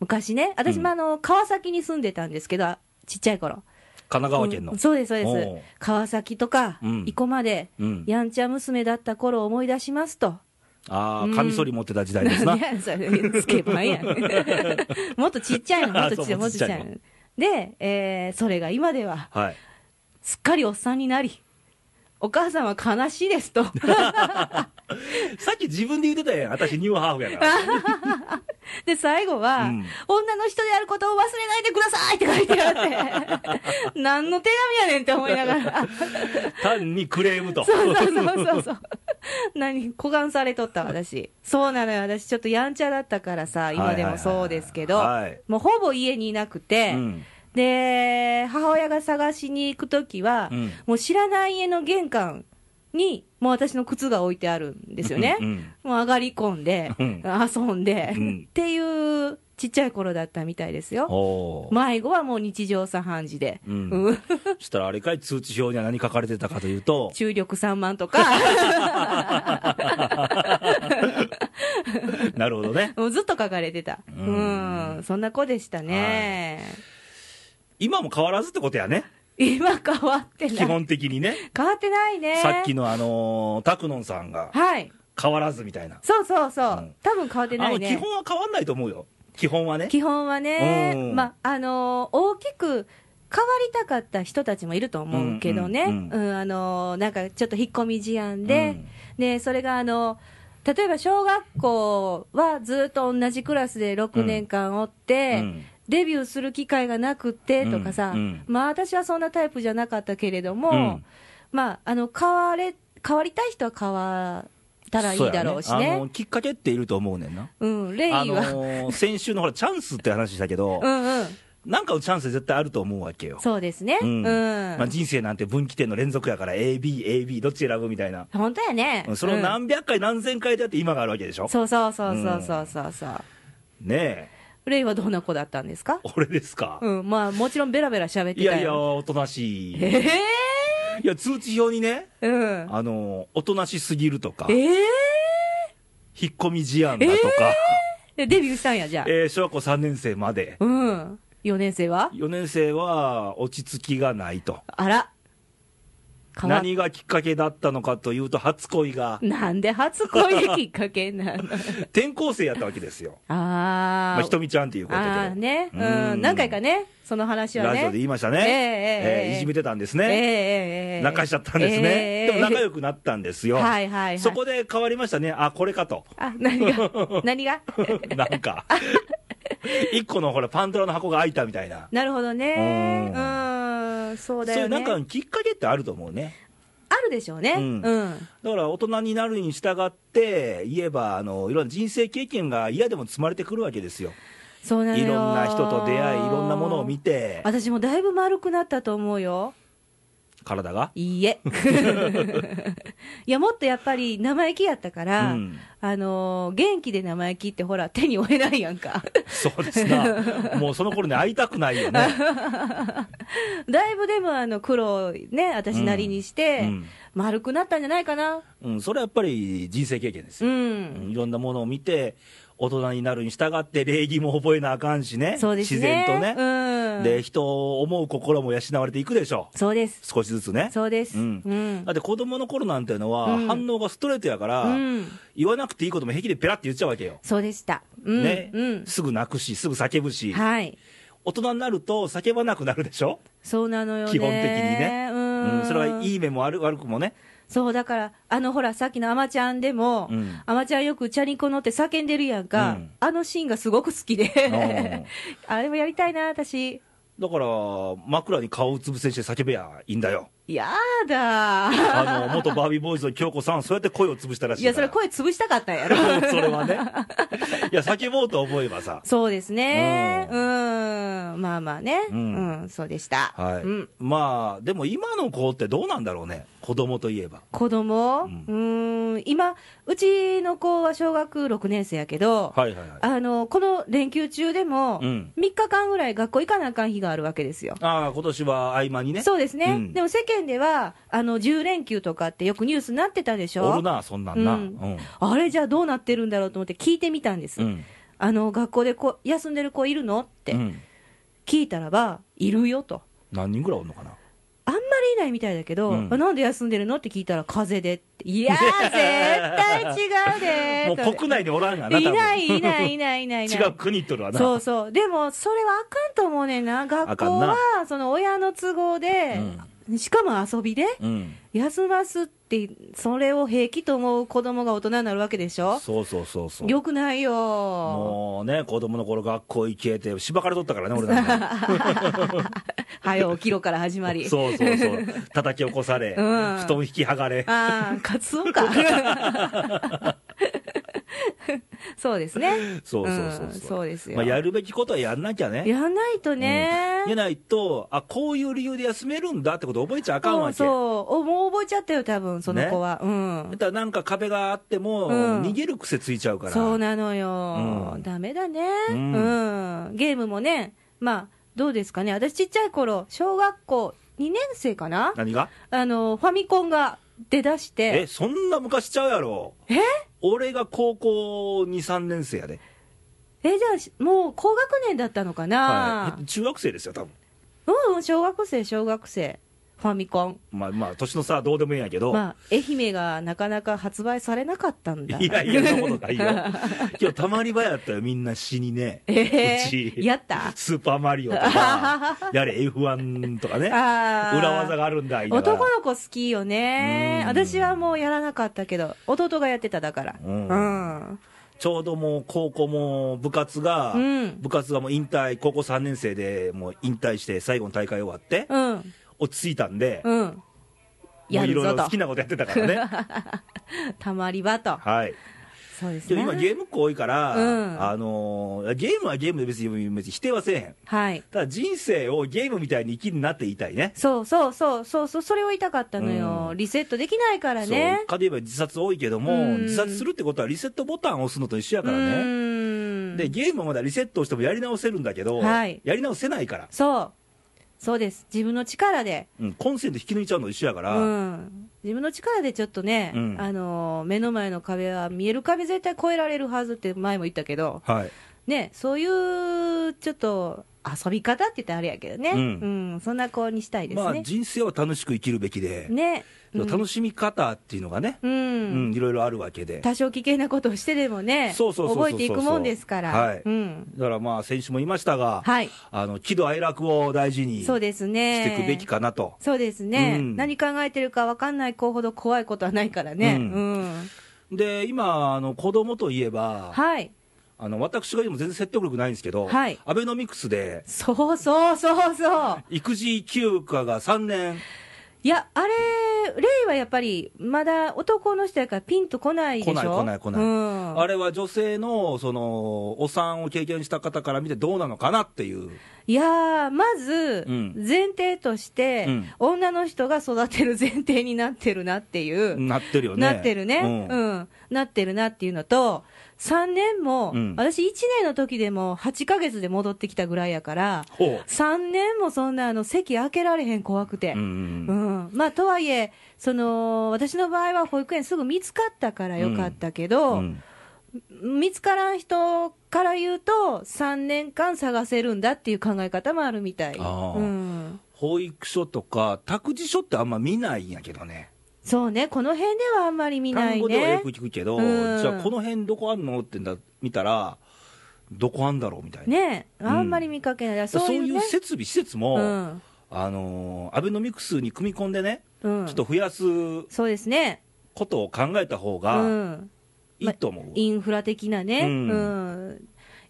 [SPEAKER 2] 昔ね、私もあの、川崎に住んでたんですけど、あちっちゃい頃。
[SPEAKER 1] 神奈川県の。
[SPEAKER 2] うんそうです、そうで
[SPEAKER 1] おう
[SPEAKER 2] す。川崎とか
[SPEAKER 1] うん、
[SPEAKER 2] 生駒で、
[SPEAKER 1] うん
[SPEAKER 2] やんちゃ娘だった頃を思い出しますと。
[SPEAKER 1] ああ、カミソリ持ってた時代です な。
[SPEAKER 2] 何やそれ、スケバン やん。もっとちっちゃいの、もっとちっ
[SPEAKER 1] あそう
[SPEAKER 2] ちゃい、もっとちっちゃ
[SPEAKER 1] もっとちっちゃい
[SPEAKER 2] いの。で、えーそれが今では、
[SPEAKER 1] はい。
[SPEAKER 2] すっかりおっさんになり、お母さんは悲しいですと。
[SPEAKER 1] さっき自分で言ってたやん、私ニューハーフや から。
[SPEAKER 2] で、最後は、
[SPEAKER 1] うん
[SPEAKER 2] 女の人であることを忘れないでくださいって書いてあ って、何の手紙やねんって思いながら、
[SPEAKER 1] 単にクレームと。
[SPEAKER 2] そうそうそうそ うそう、何、小顔されとった私、そうなのよ、私、ちょっとやんちゃだったからさ、今でもそうですけど、
[SPEAKER 1] はい
[SPEAKER 2] もうほぼ家にいなくて、
[SPEAKER 1] うん
[SPEAKER 2] で、母親が探しに行くときは、
[SPEAKER 1] うん
[SPEAKER 2] もう知らない家の玄関に、もう私の靴が置いてあるんですよね。
[SPEAKER 1] うん
[SPEAKER 2] もう上がり込んで、
[SPEAKER 1] うん
[SPEAKER 2] 遊んで、
[SPEAKER 1] うん
[SPEAKER 2] っていうちっちゃい頃だったみたいですよ。
[SPEAKER 1] おー
[SPEAKER 2] 迷子はもう日常茶飯事で、
[SPEAKER 1] うん
[SPEAKER 2] うん
[SPEAKER 1] そ したらあれかい通知表には何書かれてたかというと、
[SPEAKER 2] 注力3万 とか、
[SPEAKER 1] なるほどね。
[SPEAKER 2] もうずっと書かれてた。う
[SPEAKER 1] うん
[SPEAKER 2] ん、そんな子でしたね。
[SPEAKER 1] 今も変わらずってことやね。
[SPEAKER 2] 今変わって
[SPEAKER 1] 基
[SPEAKER 2] ない。
[SPEAKER 1] 本的にね。
[SPEAKER 2] 変わってないね。
[SPEAKER 1] さっきのあのー、タクノンさんが
[SPEAKER 2] はい。
[SPEAKER 1] 変わらずみたいな。
[SPEAKER 2] そうそうそう。
[SPEAKER 1] うん
[SPEAKER 2] 多分変わって
[SPEAKER 1] あ
[SPEAKER 2] な
[SPEAKER 1] の、
[SPEAKER 2] いね。
[SPEAKER 1] 基本は変わんないと思うよ。基本はね。
[SPEAKER 2] 基本はね、
[SPEAKER 1] うん
[SPEAKER 2] まああのー大きく変わりたかった人たちもいると思うけどね、う
[SPEAKER 1] うんんうんうん
[SPEAKER 2] あのーなんかちょっと引っ込み思案で、でそれがあの例えば小学校はずっと同じクラスで6年間おっ
[SPEAKER 1] う
[SPEAKER 2] て、
[SPEAKER 1] ん、
[SPEAKER 2] デビューする機会がなくてとかさ、
[SPEAKER 1] うんうん
[SPEAKER 2] まあ私はそんなタイプじゃなかったけれども、
[SPEAKER 1] うん
[SPEAKER 2] まああの変われ変わりたい人は変わったらいいだろうし
[SPEAKER 1] そや
[SPEAKER 2] ね
[SPEAKER 1] あのーきっかけっていると思うねんな。
[SPEAKER 2] うんレイは、
[SPEAKER 1] あのー先週のほら、チャンスって話したけど、
[SPEAKER 2] うんうん
[SPEAKER 1] なんかのチャンス絶対あると思うわけよ。
[SPEAKER 2] そうですね、
[SPEAKER 1] うん
[SPEAKER 2] うん
[SPEAKER 1] まあ、人生なんて分岐点の連続やから、A、B、A、B、どっち選ぶみたいな、
[SPEAKER 2] 本当やね。
[SPEAKER 1] その
[SPEAKER 2] うん
[SPEAKER 1] 何百回、何千回だって今があるわけでしょ、
[SPEAKER 2] そうそうそうそうそうそうそう。
[SPEAKER 1] ねえ、
[SPEAKER 2] レイはどんな子だったんですか
[SPEAKER 1] 俺ですか、
[SPEAKER 2] うん、まあもちろんベラベラ喋ってた
[SPEAKER 1] い
[SPEAKER 2] よ。
[SPEAKER 1] やいや、おとなしい、
[SPEAKER 2] え
[SPEAKER 1] いや、通知表にね、
[SPEAKER 2] えうん。
[SPEAKER 1] あのーおとなしすぎるとか、
[SPEAKER 2] ええ
[SPEAKER 1] 引っ込み思案だとか、
[SPEAKER 2] でデビューしたんや、じゃあ。
[SPEAKER 1] えー小学校3年生まで、
[SPEAKER 2] うん。4年生は
[SPEAKER 1] 4年生は落ち着きがないと。
[SPEAKER 2] あら。変わっ
[SPEAKER 1] 何がきっかけだったのかというと、初恋が
[SPEAKER 2] なんで初恋がきっかけなの
[SPEAKER 1] 転校生やったわけですよ、
[SPEAKER 2] あ
[SPEAKER 1] まあ、
[SPEAKER 2] ー。
[SPEAKER 1] ひとみちゃんということで、
[SPEAKER 2] あーね。う。
[SPEAKER 1] うんん
[SPEAKER 2] 何回かね、その話はね。
[SPEAKER 1] ラジオで言いましたね、
[SPEAKER 2] ええええええ
[SPEAKER 1] えーいじめてたんです
[SPEAKER 2] ええ
[SPEAKER 1] ね、
[SPEAKER 2] ええええ
[SPEAKER 1] 泣かしちゃったんです
[SPEAKER 2] え
[SPEAKER 1] ね、
[SPEAKER 2] え
[SPEAKER 1] でも仲良くなったんですよ、
[SPEAKER 2] はいはいはい。
[SPEAKER 1] そこで変わりましたね、あこれか と、
[SPEAKER 2] あ、何 が何が
[SPEAKER 1] なん か、一個のほら、パンドラの箱が開いたみたいな、
[SPEAKER 2] なるほどね。う、
[SPEAKER 1] うん
[SPEAKER 2] そうだ
[SPEAKER 1] そうい
[SPEAKER 2] よ
[SPEAKER 1] う
[SPEAKER 2] ね。
[SPEAKER 1] なんかきっかけってあると思うね。
[SPEAKER 2] あるでしょうね。
[SPEAKER 1] う
[SPEAKER 2] う
[SPEAKER 1] んん。だから大人になるに従って、言えばあの、いろんな人生経験が嫌でも積まれてくるわけですよ、
[SPEAKER 2] そうなのよ
[SPEAKER 1] いろんな人と出会い、いろんなものを見て、
[SPEAKER 2] 私もだいぶ丸くなったと思うよ。
[SPEAKER 1] 体が。
[SPEAKER 2] い いえ。いや、もっとやっぱり生意気やったから、
[SPEAKER 1] うん
[SPEAKER 2] あのー元気で生意気ってほら、手に負えないや んか。
[SPEAKER 1] そうです な、もうその頃に会いたくないよね。
[SPEAKER 2] だいぶでもあの、苦労ね、私なりにして、
[SPEAKER 1] うん
[SPEAKER 2] 丸くなったんじゃないかな。
[SPEAKER 1] うん、それはやっぱり人生経験です
[SPEAKER 2] う
[SPEAKER 1] よ、
[SPEAKER 2] ん。
[SPEAKER 1] いろんなものを見て、大人になるに従って、礼儀も覚えなあかんしね、
[SPEAKER 2] そうですね。
[SPEAKER 1] 自然とね、
[SPEAKER 2] うん。
[SPEAKER 1] で、人を思う心も養われていくでしょう、
[SPEAKER 2] そうです。
[SPEAKER 1] 少しずつね。
[SPEAKER 2] そうです。
[SPEAKER 1] うんだって子供の頃なんていうのは、
[SPEAKER 2] うん
[SPEAKER 1] 反応がストレートやから、
[SPEAKER 2] うん。
[SPEAKER 1] 言わなくていいことも平気でペラって言っちゃうわけよ、
[SPEAKER 2] そうでした。うん。
[SPEAKER 1] ね
[SPEAKER 2] うん。
[SPEAKER 1] すぐ泣くし、すぐ叫ぶし、
[SPEAKER 2] はい。
[SPEAKER 1] 大人になると叫ばなくなるでしょ、
[SPEAKER 2] そうなのよね。
[SPEAKER 1] 基本的にね
[SPEAKER 2] うん。
[SPEAKER 1] うんそれはいい面も悪悪くもね、
[SPEAKER 2] そう、だから、あの、ほら、さっきのアマちゃんでも、
[SPEAKER 1] うん
[SPEAKER 2] アマちゃんよくチャリンコ乗って叫んでるやんか、
[SPEAKER 1] うん
[SPEAKER 2] あのシーンがすごく好きで、 あれもやりたいな、私。
[SPEAKER 1] だから枕に顔をつぶせにして叫べやいいんだ よ。
[SPEAKER 2] やだー。
[SPEAKER 1] あの元バービーボーイズの京子さん、そうやって声を潰したらしい
[SPEAKER 2] いや、そ
[SPEAKER 1] から
[SPEAKER 2] れ声潰したかったんやろ。
[SPEAKER 1] それはね、いや、叫ぼうと思えばさ、
[SPEAKER 2] そうですね。う。
[SPEAKER 1] うん
[SPEAKER 2] まあまあね。う、
[SPEAKER 1] うんん
[SPEAKER 2] そうでした。
[SPEAKER 1] はい
[SPEAKER 2] うん。
[SPEAKER 1] まあ、でも今の子ってどうなんだろうね、子供といえば。
[SPEAKER 2] 子供、う
[SPEAKER 1] うん
[SPEAKER 2] ん、今、うちの子は小学6年生やけど、
[SPEAKER 1] はいはいはい、あ
[SPEAKER 2] あの、この連休中でも、
[SPEAKER 1] う
[SPEAKER 2] 3
[SPEAKER 1] ん
[SPEAKER 2] 日間ぐらい学校行かなあかん日があるわけですよ。
[SPEAKER 1] あ今年は合間にね、
[SPEAKER 2] そうですね、
[SPEAKER 1] うん
[SPEAKER 2] でも世間ではあの10連休とかってよくニュースになってたでし
[SPEAKER 1] おる
[SPEAKER 2] ょ、
[SPEAKER 1] な、そんなんな、
[SPEAKER 2] う
[SPEAKER 1] うんんうん
[SPEAKER 2] あれじゃあどうなってるんだろうと思って聞いてみたんです、あの学校でこ休んでる子いるのって
[SPEAKER 1] うん
[SPEAKER 2] 聞いたらば、いるよと、
[SPEAKER 1] 何人ぐらいおるのかな、
[SPEAKER 2] あんまりいないみたいだけど、
[SPEAKER 1] うん
[SPEAKER 2] あなんで休んでるのって聞いたら、風邪でって、いやー、絶対違
[SPEAKER 1] も
[SPEAKER 2] うでー
[SPEAKER 1] う国内におらんがな、
[SPEAKER 2] い
[SPEAKER 1] 多分
[SPEAKER 2] ないいないいないいないいな い
[SPEAKER 1] 違う国行っとるわな、
[SPEAKER 2] そうそう、でもそれはあかんと思うねんな、学
[SPEAKER 1] あ
[SPEAKER 2] 校
[SPEAKER 1] かんな
[SPEAKER 2] はその親の都合で、しかも遊びで
[SPEAKER 1] うん
[SPEAKER 2] 休ますってって、それを平気と思う子供が大人になるわけでしょ、
[SPEAKER 1] そうそうそうそう
[SPEAKER 2] よくないよ、
[SPEAKER 1] もうね子供の頃学校行けってしばかれとったからね俺なん か
[SPEAKER 2] はよ起きろから始まり、
[SPEAKER 1] そうそうそう叩き起こされ、
[SPEAKER 2] うん
[SPEAKER 1] 布団引き剥がれ
[SPEAKER 2] ああ、カツオか、そうですね、
[SPEAKER 1] そうそうそうそう,、
[SPEAKER 2] んそうですよ、
[SPEAKER 1] まあ、やるべきことはやんなきゃね
[SPEAKER 2] やんないとね、
[SPEAKER 1] うんやないとあこういう理由で休めるんだってこと覚えちゃあかん
[SPEAKER 2] そ
[SPEAKER 1] わ
[SPEAKER 2] う
[SPEAKER 1] け
[SPEAKER 2] そう、おもう覚えちゃったよ、多分その子は、うん
[SPEAKER 1] だ。からなんか壁があっても、
[SPEAKER 2] うん
[SPEAKER 1] 逃げる癖ついちゃうから
[SPEAKER 2] そうなのよ、
[SPEAKER 1] うん
[SPEAKER 2] ダメだね、
[SPEAKER 1] う
[SPEAKER 2] うんん、ゲームもね、まあ、どうですかね、私、ちっちゃい頃小学校2年生かな、
[SPEAKER 1] 何が
[SPEAKER 2] あのファミコンが出だし
[SPEAKER 1] え
[SPEAKER 2] て、
[SPEAKER 1] そんな昔ちゃうやろ
[SPEAKER 2] え
[SPEAKER 1] 俺が高校23年生やで、
[SPEAKER 2] えじゃあし、もう高学年だったのかな、
[SPEAKER 1] はい、中学生ですよ多分
[SPEAKER 2] うん、小学生、小学生、ファミコン、
[SPEAKER 1] まあまあ年の差はどうでもいいんやけど、
[SPEAKER 2] まあ、愛媛がなかなか発売されなかったんだ。
[SPEAKER 1] いやいや、そんなことないよ。今日たまり場やったよ、みんな死にね。
[SPEAKER 2] え
[SPEAKER 1] うち
[SPEAKER 2] ー、やった
[SPEAKER 1] スーパーマリオと か、やれ F1 とかね。
[SPEAKER 2] あー
[SPEAKER 1] 裏技があるんだ、言いながら
[SPEAKER 2] 男の子好きよね
[SPEAKER 1] うん
[SPEAKER 2] 私はもうやらなかったけど弟がやってただから
[SPEAKER 1] う
[SPEAKER 2] うんん、うん
[SPEAKER 1] ちょうどもう高校も部活が、
[SPEAKER 2] うん
[SPEAKER 1] 部活がもう引退、高校3年生でもう引退して最後の大会終わって、
[SPEAKER 2] うん
[SPEAKER 1] 落ち着いたんで、も
[SPEAKER 2] や
[SPEAKER 1] うい
[SPEAKER 2] る
[SPEAKER 1] ろ
[SPEAKER 2] ぞ
[SPEAKER 1] いろ好
[SPEAKER 2] と
[SPEAKER 1] きなことやってたからね。
[SPEAKER 2] たまり場と
[SPEAKER 1] はい。
[SPEAKER 2] そうです
[SPEAKER 1] けど
[SPEAKER 2] ね
[SPEAKER 1] 今ゲームっ子多いから、
[SPEAKER 2] うん
[SPEAKER 1] あのーゲームはゲームで別に別に否定はせえへん。
[SPEAKER 2] はい
[SPEAKER 1] ただ人生をゲームみたいに生きるなって言いたいね。
[SPEAKER 2] そうそうそうそうそうそれを言いたかったのよ、
[SPEAKER 1] うん
[SPEAKER 2] リセットできないからね
[SPEAKER 1] そうかで言えば自殺多いけども、
[SPEAKER 2] うん
[SPEAKER 1] 自殺するってことはリセットボタンを押すのと一緒や
[SPEAKER 2] う
[SPEAKER 1] からね、
[SPEAKER 2] ん
[SPEAKER 1] でゲームはまだリセットをしてもやり直せるんだけど、
[SPEAKER 2] はい
[SPEAKER 1] やり直せないから、
[SPEAKER 2] そうそうです自分の力で
[SPEAKER 1] うん、コンセント引き抜いちゃうのと一緒やから、
[SPEAKER 2] うん自分の力でちょっとね、
[SPEAKER 1] うん
[SPEAKER 2] あのー目の前の壁は見える壁絶対越えられるはずって前も言ったけど、
[SPEAKER 1] はい、
[SPEAKER 2] ね、そういうちょっと遊び方って言ったらあれやけどね、
[SPEAKER 1] う
[SPEAKER 2] うんんそんな子にしたいで
[SPEAKER 1] ますあ
[SPEAKER 2] ね。
[SPEAKER 1] 人生は楽しく生きるべきで、
[SPEAKER 2] ね、うん
[SPEAKER 1] 楽しみ方っていうのがね、
[SPEAKER 2] う
[SPEAKER 1] うん
[SPEAKER 2] ん
[SPEAKER 1] いろいろあるわけで
[SPEAKER 2] 多少危険なことをしてでもね、
[SPEAKER 1] そうそうそうそうそう
[SPEAKER 2] 覚えていくもんですから、
[SPEAKER 1] はい
[SPEAKER 2] うん
[SPEAKER 1] だからまあ先週も言いましたが、
[SPEAKER 2] はい
[SPEAKER 1] あの喜怒哀楽を大事にし
[SPEAKER 2] そう
[SPEAKER 1] て
[SPEAKER 2] ですね、
[SPEAKER 1] いくべきかなと、
[SPEAKER 2] そうですね、
[SPEAKER 1] うん
[SPEAKER 2] 何考えてるか分かんない子ほど怖いことはないからね、
[SPEAKER 1] う
[SPEAKER 2] うんん
[SPEAKER 1] で今あの子供といえば、
[SPEAKER 2] はい、
[SPEAKER 1] あの私が言うのも全然説得力ないんですけど、
[SPEAKER 2] はい
[SPEAKER 1] アベノミクスで
[SPEAKER 2] そうそうそうそう、
[SPEAKER 1] 育児休暇が3年、
[SPEAKER 2] いや、あれ、レイはやっぱり、まだ男の人やから、ピンとこないでしょ、
[SPEAKER 1] 来ない来ない来ない
[SPEAKER 2] うん
[SPEAKER 1] あれは女性のそのお産を経験した方から見てどうなのかなっていう、
[SPEAKER 2] いやー、まず
[SPEAKER 1] うん、
[SPEAKER 2] 前提として、
[SPEAKER 1] うん
[SPEAKER 2] 女の人が育てる前提になってるなっていう、
[SPEAKER 1] なってるよね。
[SPEAKER 2] なってるね、
[SPEAKER 1] う
[SPEAKER 2] うんん、なってるなっていうのと、3年も、
[SPEAKER 1] うん
[SPEAKER 2] 私1年の時でも8ヶ月で戻ってきたぐらいやから、
[SPEAKER 1] ほ
[SPEAKER 2] 3年もそんなあの席開けられへん怖くて。
[SPEAKER 1] う、うんうんうん
[SPEAKER 2] うんまあ、とはいえその、私の場合は保育園すぐ見つかったからよかったけど、
[SPEAKER 1] うん
[SPEAKER 2] 見つからん人から言うと、3年間探せるんだっていう考え方もあるみたい、
[SPEAKER 1] あー
[SPEAKER 2] うん、
[SPEAKER 1] 保育所とか、託児所ってあんま見ないんやけどね、
[SPEAKER 2] そうね、この辺ではあんまり見な
[SPEAKER 1] 単
[SPEAKER 2] い
[SPEAKER 1] 語ではよ
[SPEAKER 2] ね
[SPEAKER 1] く、聞くけど、
[SPEAKER 2] うん
[SPEAKER 1] じゃあ、この辺どこあんのってんだ見たら、どこあんだろうみたいな、
[SPEAKER 2] ね
[SPEAKER 1] ん
[SPEAKER 2] あんまり見かけない、
[SPEAKER 1] そう
[SPEAKER 2] そういう
[SPEAKER 1] いう
[SPEAKER 2] ね、
[SPEAKER 1] 設備、施設も、
[SPEAKER 2] うん
[SPEAKER 1] あのーアベノミクスに組み込んでね、
[SPEAKER 2] うん
[SPEAKER 1] ちょっと増やす
[SPEAKER 2] そうですね、
[SPEAKER 1] ことを考えた方
[SPEAKER 2] う
[SPEAKER 1] が
[SPEAKER 2] ん、
[SPEAKER 1] いいと思う。
[SPEAKER 2] インフラ的なね、
[SPEAKER 1] う
[SPEAKER 2] うんん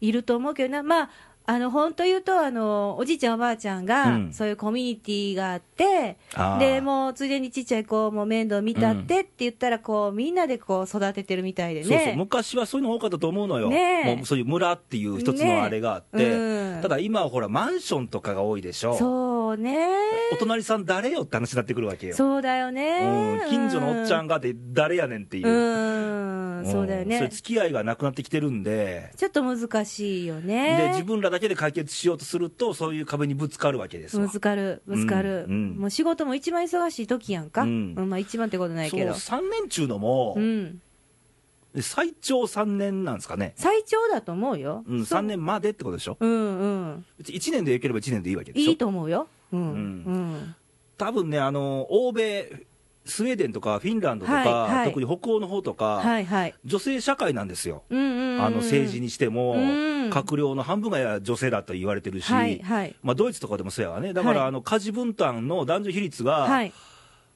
[SPEAKER 2] いると思うけどな、まあ、あの本当言うとあの、おじいちゃん、おばあちゃんが、
[SPEAKER 1] うん
[SPEAKER 2] そういうコミュニティがあって、
[SPEAKER 1] あー
[SPEAKER 2] でもうついでにちっちゃい子も面倒見たってって言ったらこう、みんなでこう育ててるみたいでね。
[SPEAKER 1] そうそう昔はそういうの多かったと思うのよ、
[SPEAKER 2] ねえ
[SPEAKER 1] もうそういう村っていう一つのあれがあって、
[SPEAKER 2] ねえうん
[SPEAKER 1] ただ今はほら、マンションとかが多いでしょ、
[SPEAKER 2] そうね
[SPEAKER 1] お隣さん、誰よって話になってくるわけよ、
[SPEAKER 2] そうだよね
[SPEAKER 1] うん、近所のおっちゃ
[SPEAKER 2] うん
[SPEAKER 1] がって、誰やねんっていう、
[SPEAKER 2] ん、うん、そうだよ
[SPEAKER 1] んそれ
[SPEAKER 2] ね
[SPEAKER 1] 付き合いがなくなってきてるんで、
[SPEAKER 2] ちょっと難しいよ
[SPEAKER 1] で
[SPEAKER 2] ね
[SPEAKER 1] 自分らだけで解決しようとすると、そういう壁にぶつかるわけですわ
[SPEAKER 2] ぶつかるぶつかる、
[SPEAKER 1] うんうん
[SPEAKER 2] もう仕事も一番忙しい時やんか、
[SPEAKER 1] う
[SPEAKER 2] うんんまあ一番ってことない
[SPEAKER 1] そう
[SPEAKER 2] けど
[SPEAKER 1] 3年中のも、
[SPEAKER 2] うん
[SPEAKER 1] で最長3年なんですかね、
[SPEAKER 2] 最長だと思うよ、
[SPEAKER 1] うん、
[SPEAKER 2] そう
[SPEAKER 1] 3年までってことでしょ、
[SPEAKER 2] うんうん
[SPEAKER 1] 別に1年でよければ1年でいいわけでしょ。
[SPEAKER 2] いいと思うようんうん、
[SPEAKER 1] 多分ねあの欧米スウェーデンとかフィンランドとか、
[SPEAKER 2] はいはい
[SPEAKER 1] 特に北欧の方とか、
[SPEAKER 2] はいはい
[SPEAKER 1] 女性社会なんですよ、
[SPEAKER 2] うんうんうん
[SPEAKER 1] あの政治にしても、
[SPEAKER 2] うん
[SPEAKER 1] 閣僚の半分が女性だと言われてるし、
[SPEAKER 2] はいはい
[SPEAKER 1] まあ、ドイツとかでもそうやわね、だから、
[SPEAKER 2] はい
[SPEAKER 1] あの家事分担の男女比率が、
[SPEAKER 2] はい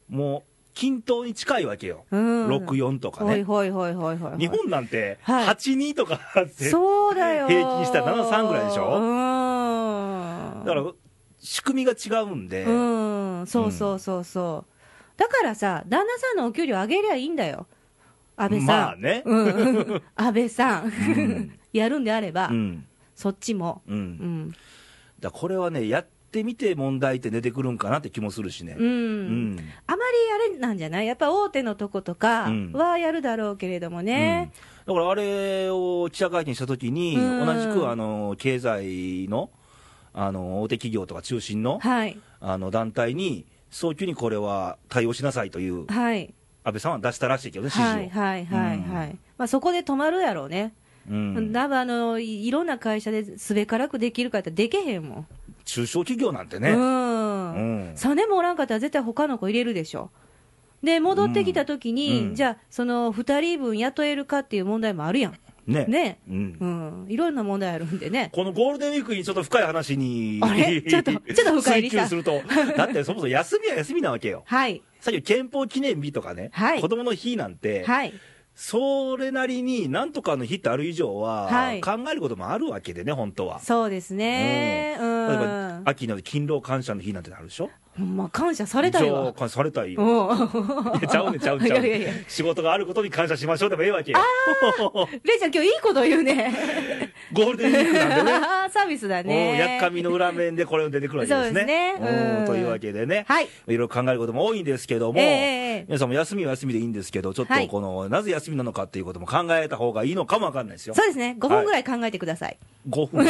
[SPEAKER 1] もう均等に近いわけよ。
[SPEAKER 2] うん。
[SPEAKER 1] 64とか
[SPEAKER 2] ほい
[SPEAKER 1] ね。
[SPEAKER 2] ほいほいほいほい。
[SPEAKER 1] 日本なんて、
[SPEAKER 2] はい
[SPEAKER 1] 82とかあって、
[SPEAKER 2] そうだよ。
[SPEAKER 1] 平均したら73ぐらいでしょ
[SPEAKER 2] う
[SPEAKER 1] だ
[SPEAKER 2] ん。
[SPEAKER 1] から、仕組みが違うんで、
[SPEAKER 2] うん、そうそうそうそう。だからさ、旦那さんのお給料上げりゃいいんだよ。安倍さん。
[SPEAKER 1] まあね
[SPEAKER 2] うん。安倍さん
[SPEAKER 1] ん。
[SPEAKER 2] やるんであれば、
[SPEAKER 1] うん、
[SPEAKER 2] そっちも。
[SPEAKER 1] う。
[SPEAKER 2] うんん。
[SPEAKER 1] だからこれはね、やってみて問題って出てくるんかなって気もするしね。
[SPEAKER 2] うん。
[SPEAKER 1] うん
[SPEAKER 2] あまりあれなんじゃないやっぱ大手のとことか
[SPEAKER 1] うん
[SPEAKER 2] はやるだろうけれどもね。
[SPEAKER 1] うん、だからあれを記者会見したときに、
[SPEAKER 2] うん
[SPEAKER 1] 同じくあの経済のあの大手企業とか中心の,、
[SPEAKER 2] はい。
[SPEAKER 1] あの団体に、早急にこれは対応しなさいという、
[SPEAKER 2] はい。
[SPEAKER 1] 安倍さんは出したらしいけどね、指
[SPEAKER 2] はい
[SPEAKER 1] 示を。
[SPEAKER 2] はいはいは
[SPEAKER 1] う
[SPEAKER 2] い。まあそこで止まるやろうね。
[SPEAKER 1] うん
[SPEAKER 2] だあのいいろんな会社ですべからくできるかってでけへんもん。
[SPEAKER 1] 中小企業なんて
[SPEAKER 2] う。
[SPEAKER 1] ね、うんん
[SPEAKER 2] 3年もおらんかったら絶対他の子入れるでしょ。で、戻ってきたときに、
[SPEAKER 1] うん
[SPEAKER 2] じゃあ、その2人分雇えるかっていう問題もあるやん。
[SPEAKER 1] ね
[SPEAKER 2] ね。
[SPEAKER 1] うん
[SPEAKER 2] うん。いろんな問題あるんでね。
[SPEAKER 1] このゴールデンウィークにちょっと深い話に、
[SPEAKER 2] あれちょっ とちょっと深入
[SPEAKER 1] 追
[SPEAKER 2] りした
[SPEAKER 1] 求する と、だってそもそも休みは休みなわけよ。
[SPEAKER 2] はい。
[SPEAKER 1] さっき憲法記念日とかね、
[SPEAKER 2] はい
[SPEAKER 1] 子供の日なんて、
[SPEAKER 2] はい。
[SPEAKER 1] それなりに、なんとかの日ってある以上は、
[SPEAKER 2] はい
[SPEAKER 1] 考えることもあるわけでね、本当は。
[SPEAKER 2] そうですね。う
[SPEAKER 1] 例えば
[SPEAKER 2] ん、。
[SPEAKER 1] 秋の勤労感謝の日なんてあるでしょ
[SPEAKER 2] ほんま、感謝されたいわ。
[SPEAKER 1] 感謝されたいよ。
[SPEAKER 2] うん。
[SPEAKER 1] いやちゃうね、ちゃうねちゃう
[SPEAKER 2] いやいやいや
[SPEAKER 1] ね。仕事があることに感謝しましょうでもええわけよ。
[SPEAKER 2] レイちゃん、今日いいこと言うね。
[SPEAKER 1] ゴールデンウィークなんでね。
[SPEAKER 2] あ ーサービスだ
[SPEAKER 1] うん
[SPEAKER 2] ね。
[SPEAKER 1] やっかみの裏面でこれも出てくるわけですね。
[SPEAKER 2] そうですねうん
[SPEAKER 1] んというわけでね、
[SPEAKER 2] はい
[SPEAKER 1] ろいろ考えることも多いんですけども、
[SPEAKER 2] ええええ
[SPEAKER 1] 皆さんも休みは休みでいいんですけど、ちょっとこの、なぜ休みなのかっていうことも考えた方がいいのかもわかんないですよ。
[SPEAKER 2] そうですね。5分ぐらい考えてください。
[SPEAKER 1] 5分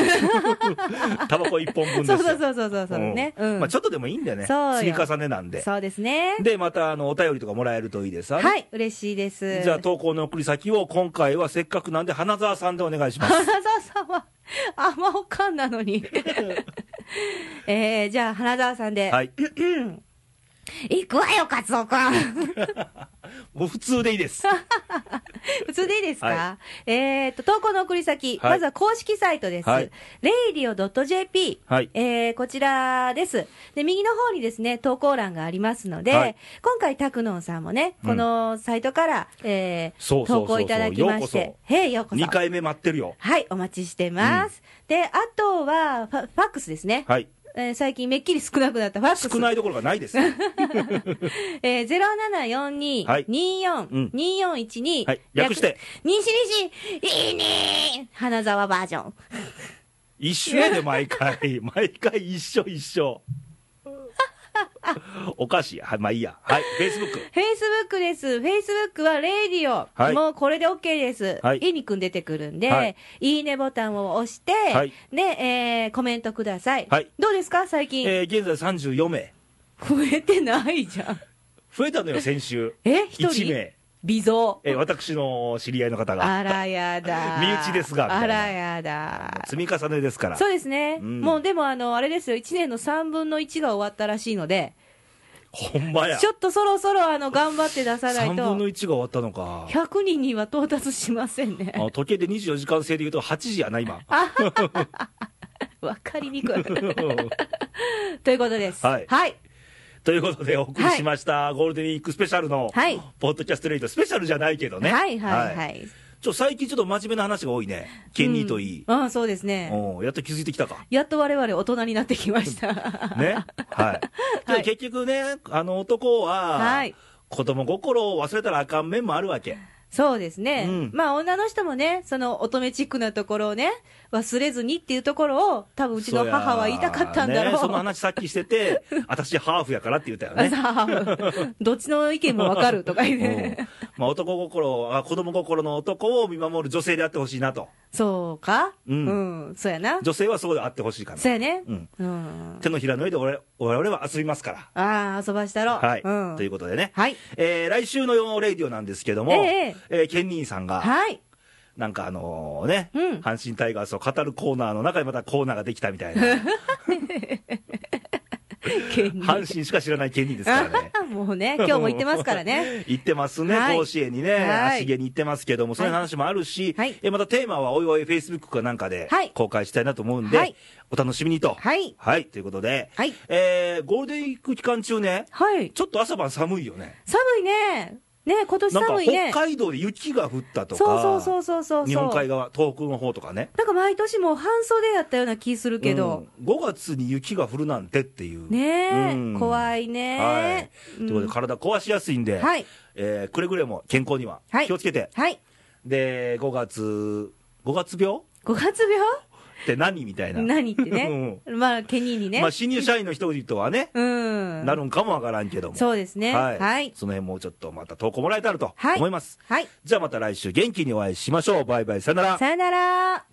[SPEAKER 1] タバコ1本分です
[SPEAKER 2] そ
[SPEAKER 1] よ
[SPEAKER 2] うそうそうそうそうそうね。
[SPEAKER 1] うん
[SPEAKER 2] うん。
[SPEAKER 1] まあ、ちょっとでもいいんだよね
[SPEAKER 2] そうよ
[SPEAKER 1] 積み重ねなんで
[SPEAKER 2] そうですね。
[SPEAKER 1] でまたあのお便りとかもらえるといいですわね
[SPEAKER 2] はい、嬉しいです。
[SPEAKER 1] じゃあ 投稿の送り先を今回はせっかくなんで花澤さんでお願いします
[SPEAKER 2] 花澤さんは、あまおかんな のに。えー、じゃあ、花澤さんで、
[SPEAKER 1] はい
[SPEAKER 2] 行くわよ、カツオくん
[SPEAKER 1] もう普通でいいです
[SPEAKER 2] 普通でいいですか、
[SPEAKER 1] は
[SPEAKER 2] えーと、投稿の送り先、
[SPEAKER 1] はい
[SPEAKER 2] まずは公式サイトです。
[SPEAKER 1] はい
[SPEAKER 2] radio.jp。
[SPEAKER 1] はい
[SPEAKER 2] えー、こちらです。で、右の方にですね、投稿欄がありますので、
[SPEAKER 1] はい
[SPEAKER 2] 今回、たくのんさんもね、このサイトから、えー
[SPEAKER 1] そうそうそうそう
[SPEAKER 2] 投稿いただきまして、
[SPEAKER 1] ようこ
[SPEAKER 2] へい、ようこそ。
[SPEAKER 1] 2回目待ってるよ
[SPEAKER 2] はい、お待ちしてます。で、あとはファ、ファックスですね。
[SPEAKER 1] はい
[SPEAKER 2] えー最近めっきり少なくなったファックス。
[SPEAKER 1] 少ないどころがないです
[SPEAKER 2] えー、
[SPEAKER 1] はいうん
[SPEAKER 2] 0742-24-2412。
[SPEAKER 1] はい略して。
[SPEAKER 2] 西西、いいね花沢バージョン。
[SPEAKER 1] 一緒やで毎 回毎回一緒一緒おかしいはいまあいいやはいフェイスブック
[SPEAKER 2] Facebook です。Facebook はレディオ。
[SPEAKER 1] はい
[SPEAKER 2] もうこれで OK です。
[SPEAKER 1] はい
[SPEAKER 2] い、いにくん出てくるんで、、
[SPEAKER 1] はいい
[SPEAKER 2] いねボタンを押して、
[SPEAKER 1] はい
[SPEAKER 2] で、えー、コメントください。
[SPEAKER 1] はい
[SPEAKER 2] どうですか最近、
[SPEAKER 1] えー現在34名
[SPEAKER 2] 増えてないじゃん。
[SPEAKER 1] 増えた のよ先週
[SPEAKER 2] え一人
[SPEAKER 1] 1名
[SPEAKER 2] 微増。
[SPEAKER 1] えー私の知り合いの方が
[SPEAKER 2] あらやだ。
[SPEAKER 1] 身内ですがみたいな
[SPEAKER 2] あらやだ。
[SPEAKER 1] 積み重ねですから
[SPEAKER 2] そうですね。
[SPEAKER 1] うん
[SPEAKER 2] もうでもあの、あれですよ、1年の3分の1が終わったらしいので、
[SPEAKER 1] ほんまや
[SPEAKER 2] ちょっとそろそろあの、頑張って出さない
[SPEAKER 1] 3分の
[SPEAKER 2] と、
[SPEAKER 1] 1が終わったのか
[SPEAKER 2] 100人には到達しませんね
[SPEAKER 1] あ。の時計で24時間制でいうと8時やな 今
[SPEAKER 2] わかりに くい。ということです。
[SPEAKER 1] はいということでお送りしました、ゴールデンウィークスペシャルの、
[SPEAKER 2] はい
[SPEAKER 1] ポッドキャストレイトスペシャルじゃないけどね、
[SPEAKER 2] はいはいはいい。
[SPEAKER 1] ちょ最近ちょっと真面目な話が多いねケニーといい、
[SPEAKER 2] うん、あそうですね。
[SPEAKER 1] うんやっと気づいてきたか
[SPEAKER 2] やっと我々大人になってきました。
[SPEAKER 1] ねはいで
[SPEAKER 2] はい
[SPEAKER 1] 結局ねあの男は、
[SPEAKER 2] はい
[SPEAKER 1] 子供心を忘れたらあかん面もあるわけ
[SPEAKER 2] そうですね、
[SPEAKER 1] うん
[SPEAKER 2] まあ女の人もね、その乙女チックなところをね、忘れずにっていうところを、多分うちの母は言いたかったんだ
[SPEAKER 1] そ,、
[SPEAKER 2] ろう。
[SPEAKER 1] ね、その 話さっきしてて私ハーフやからって言ったよ
[SPEAKER 2] あ
[SPEAKER 1] ね
[SPEAKER 2] さあどっちの意見もわかるとか 言っ
[SPEAKER 1] うん
[SPEAKER 2] て、
[SPEAKER 1] まあ、男心あ子供心の男を見守る女性であってほしいな と
[SPEAKER 2] そうか、う
[SPEAKER 1] うんん、
[SPEAKER 2] そうやな、
[SPEAKER 1] 女性はそうであってほしいから
[SPEAKER 2] そうやね、
[SPEAKER 1] うん
[SPEAKER 2] うん、
[SPEAKER 1] 手のひらの上で俺我々は遊びますから
[SPEAKER 2] ああ、遊ばしたろ、
[SPEAKER 1] はい、
[SPEAKER 2] うん、
[SPEAKER 1] ということでね、
[SPEAKER 2] はい、
[SPEAKER 1] えー来週の「ヨーレイディオ」なんですけども、
[SPEAKER 2] ええ
[SPEAKER 1] えーケンニーさんが
[SPEAKER 2] はい、
[SPEAKER 1] なんかあのね、
[SPEAKER 2] うん
[SPEAKER 1] 阪 神タイガースを語るコーナーの中にまたコーナーができたみたいな
[SPEAKER 2] 県民
[SPEAKER 1] 阪神しか知らない県人ですからね。
[SPEAKER 2] あ もうね、今日も行ってますから ね。
[SPEAKER 1] 行ってますね、
[SPEAKER 2] はい
[SPEAKER 1] 甲子園にね、
[SPEAKER 2] はい
[SPEAKER 1] 足毛に行ってますけども、そういう話もあるし、
[SPEAKER 2] はい
[SPEAKER 1] えまたテーマはおいおい、フェイスブックかなんかで
[SPEAKER 2] はい
[SPEAKER 1] 公開したいなと思うんで、
[SPEAKER 2] はい
[SPEAKER 1] お楽しみにと。
[SPEAKER 2] はい
[SPEAKER 1] ということで、
[SPEAKER 2] はい
[SPEAKER 1] えーゴールデンウィーク期間中ね、
[SPEAKER 2] はい。
[SPEAKER 1] ちょっと朝晩寒いよね。
[SPEAKER 2] 寒いね。ね、今年
[SPEAKER 1] なんか
[SPEAKER 2] 寒いね。
[SPEAKER 1] 北海道で雪が降ったとか、
[SPEAKER 2] そうそうそうそうそう。
[SPEAKER 1] 日本海側、東北の方とかね。
[SPEAKER 2] なんか毎年もう半袖やったような気するけど。
[SPEAKER 1] うん、5月に雪が降るなんてっていう。
[SPEAKER 2] ねえ、
[SPEAKER 1] うん
[SPEAKER 2] 怖い
[SPEAKER 1] はい
[SPEAKER 2] ね、。
[SPEAKER 1] ということで、体壊しやすいんで、
[SPEAKER 2] はい
[SPEAKER 1] えーくれぐれも健康には
[SPEAKER 2] はい
[SPEAKER 1] 気をつけて、
[SPEAKER 2] はい。
[SPEAKER 1] で、5月、5月病
[SPEAKER 2] 5月
[SPEAKER 1] って何みたいな。
[SPEAKER 2] 病何ってね。まあ、ケニーにね。
[SPEAKER 1] まあ、新入社員の人々はね、
[SPEAKER 2] うん。
[SPEAKER 1] なるんかもわからんけども。
[SPEAKER 2] そうですね。
[SPEAKER 1] はい。
[SPEAKER 2] はい。
[SPEAKER 1] その辺もちょっとまた投稿もらえたらと
[SPEAKER 2] はい
[SPEAKER 1] 思います。
[SPEAKER 2] はい。
[SPEAKER 1] じゃあまた来週元気にお会いしましょう。バイバイ、さよなら。
[SPEAKER 2] さよなら。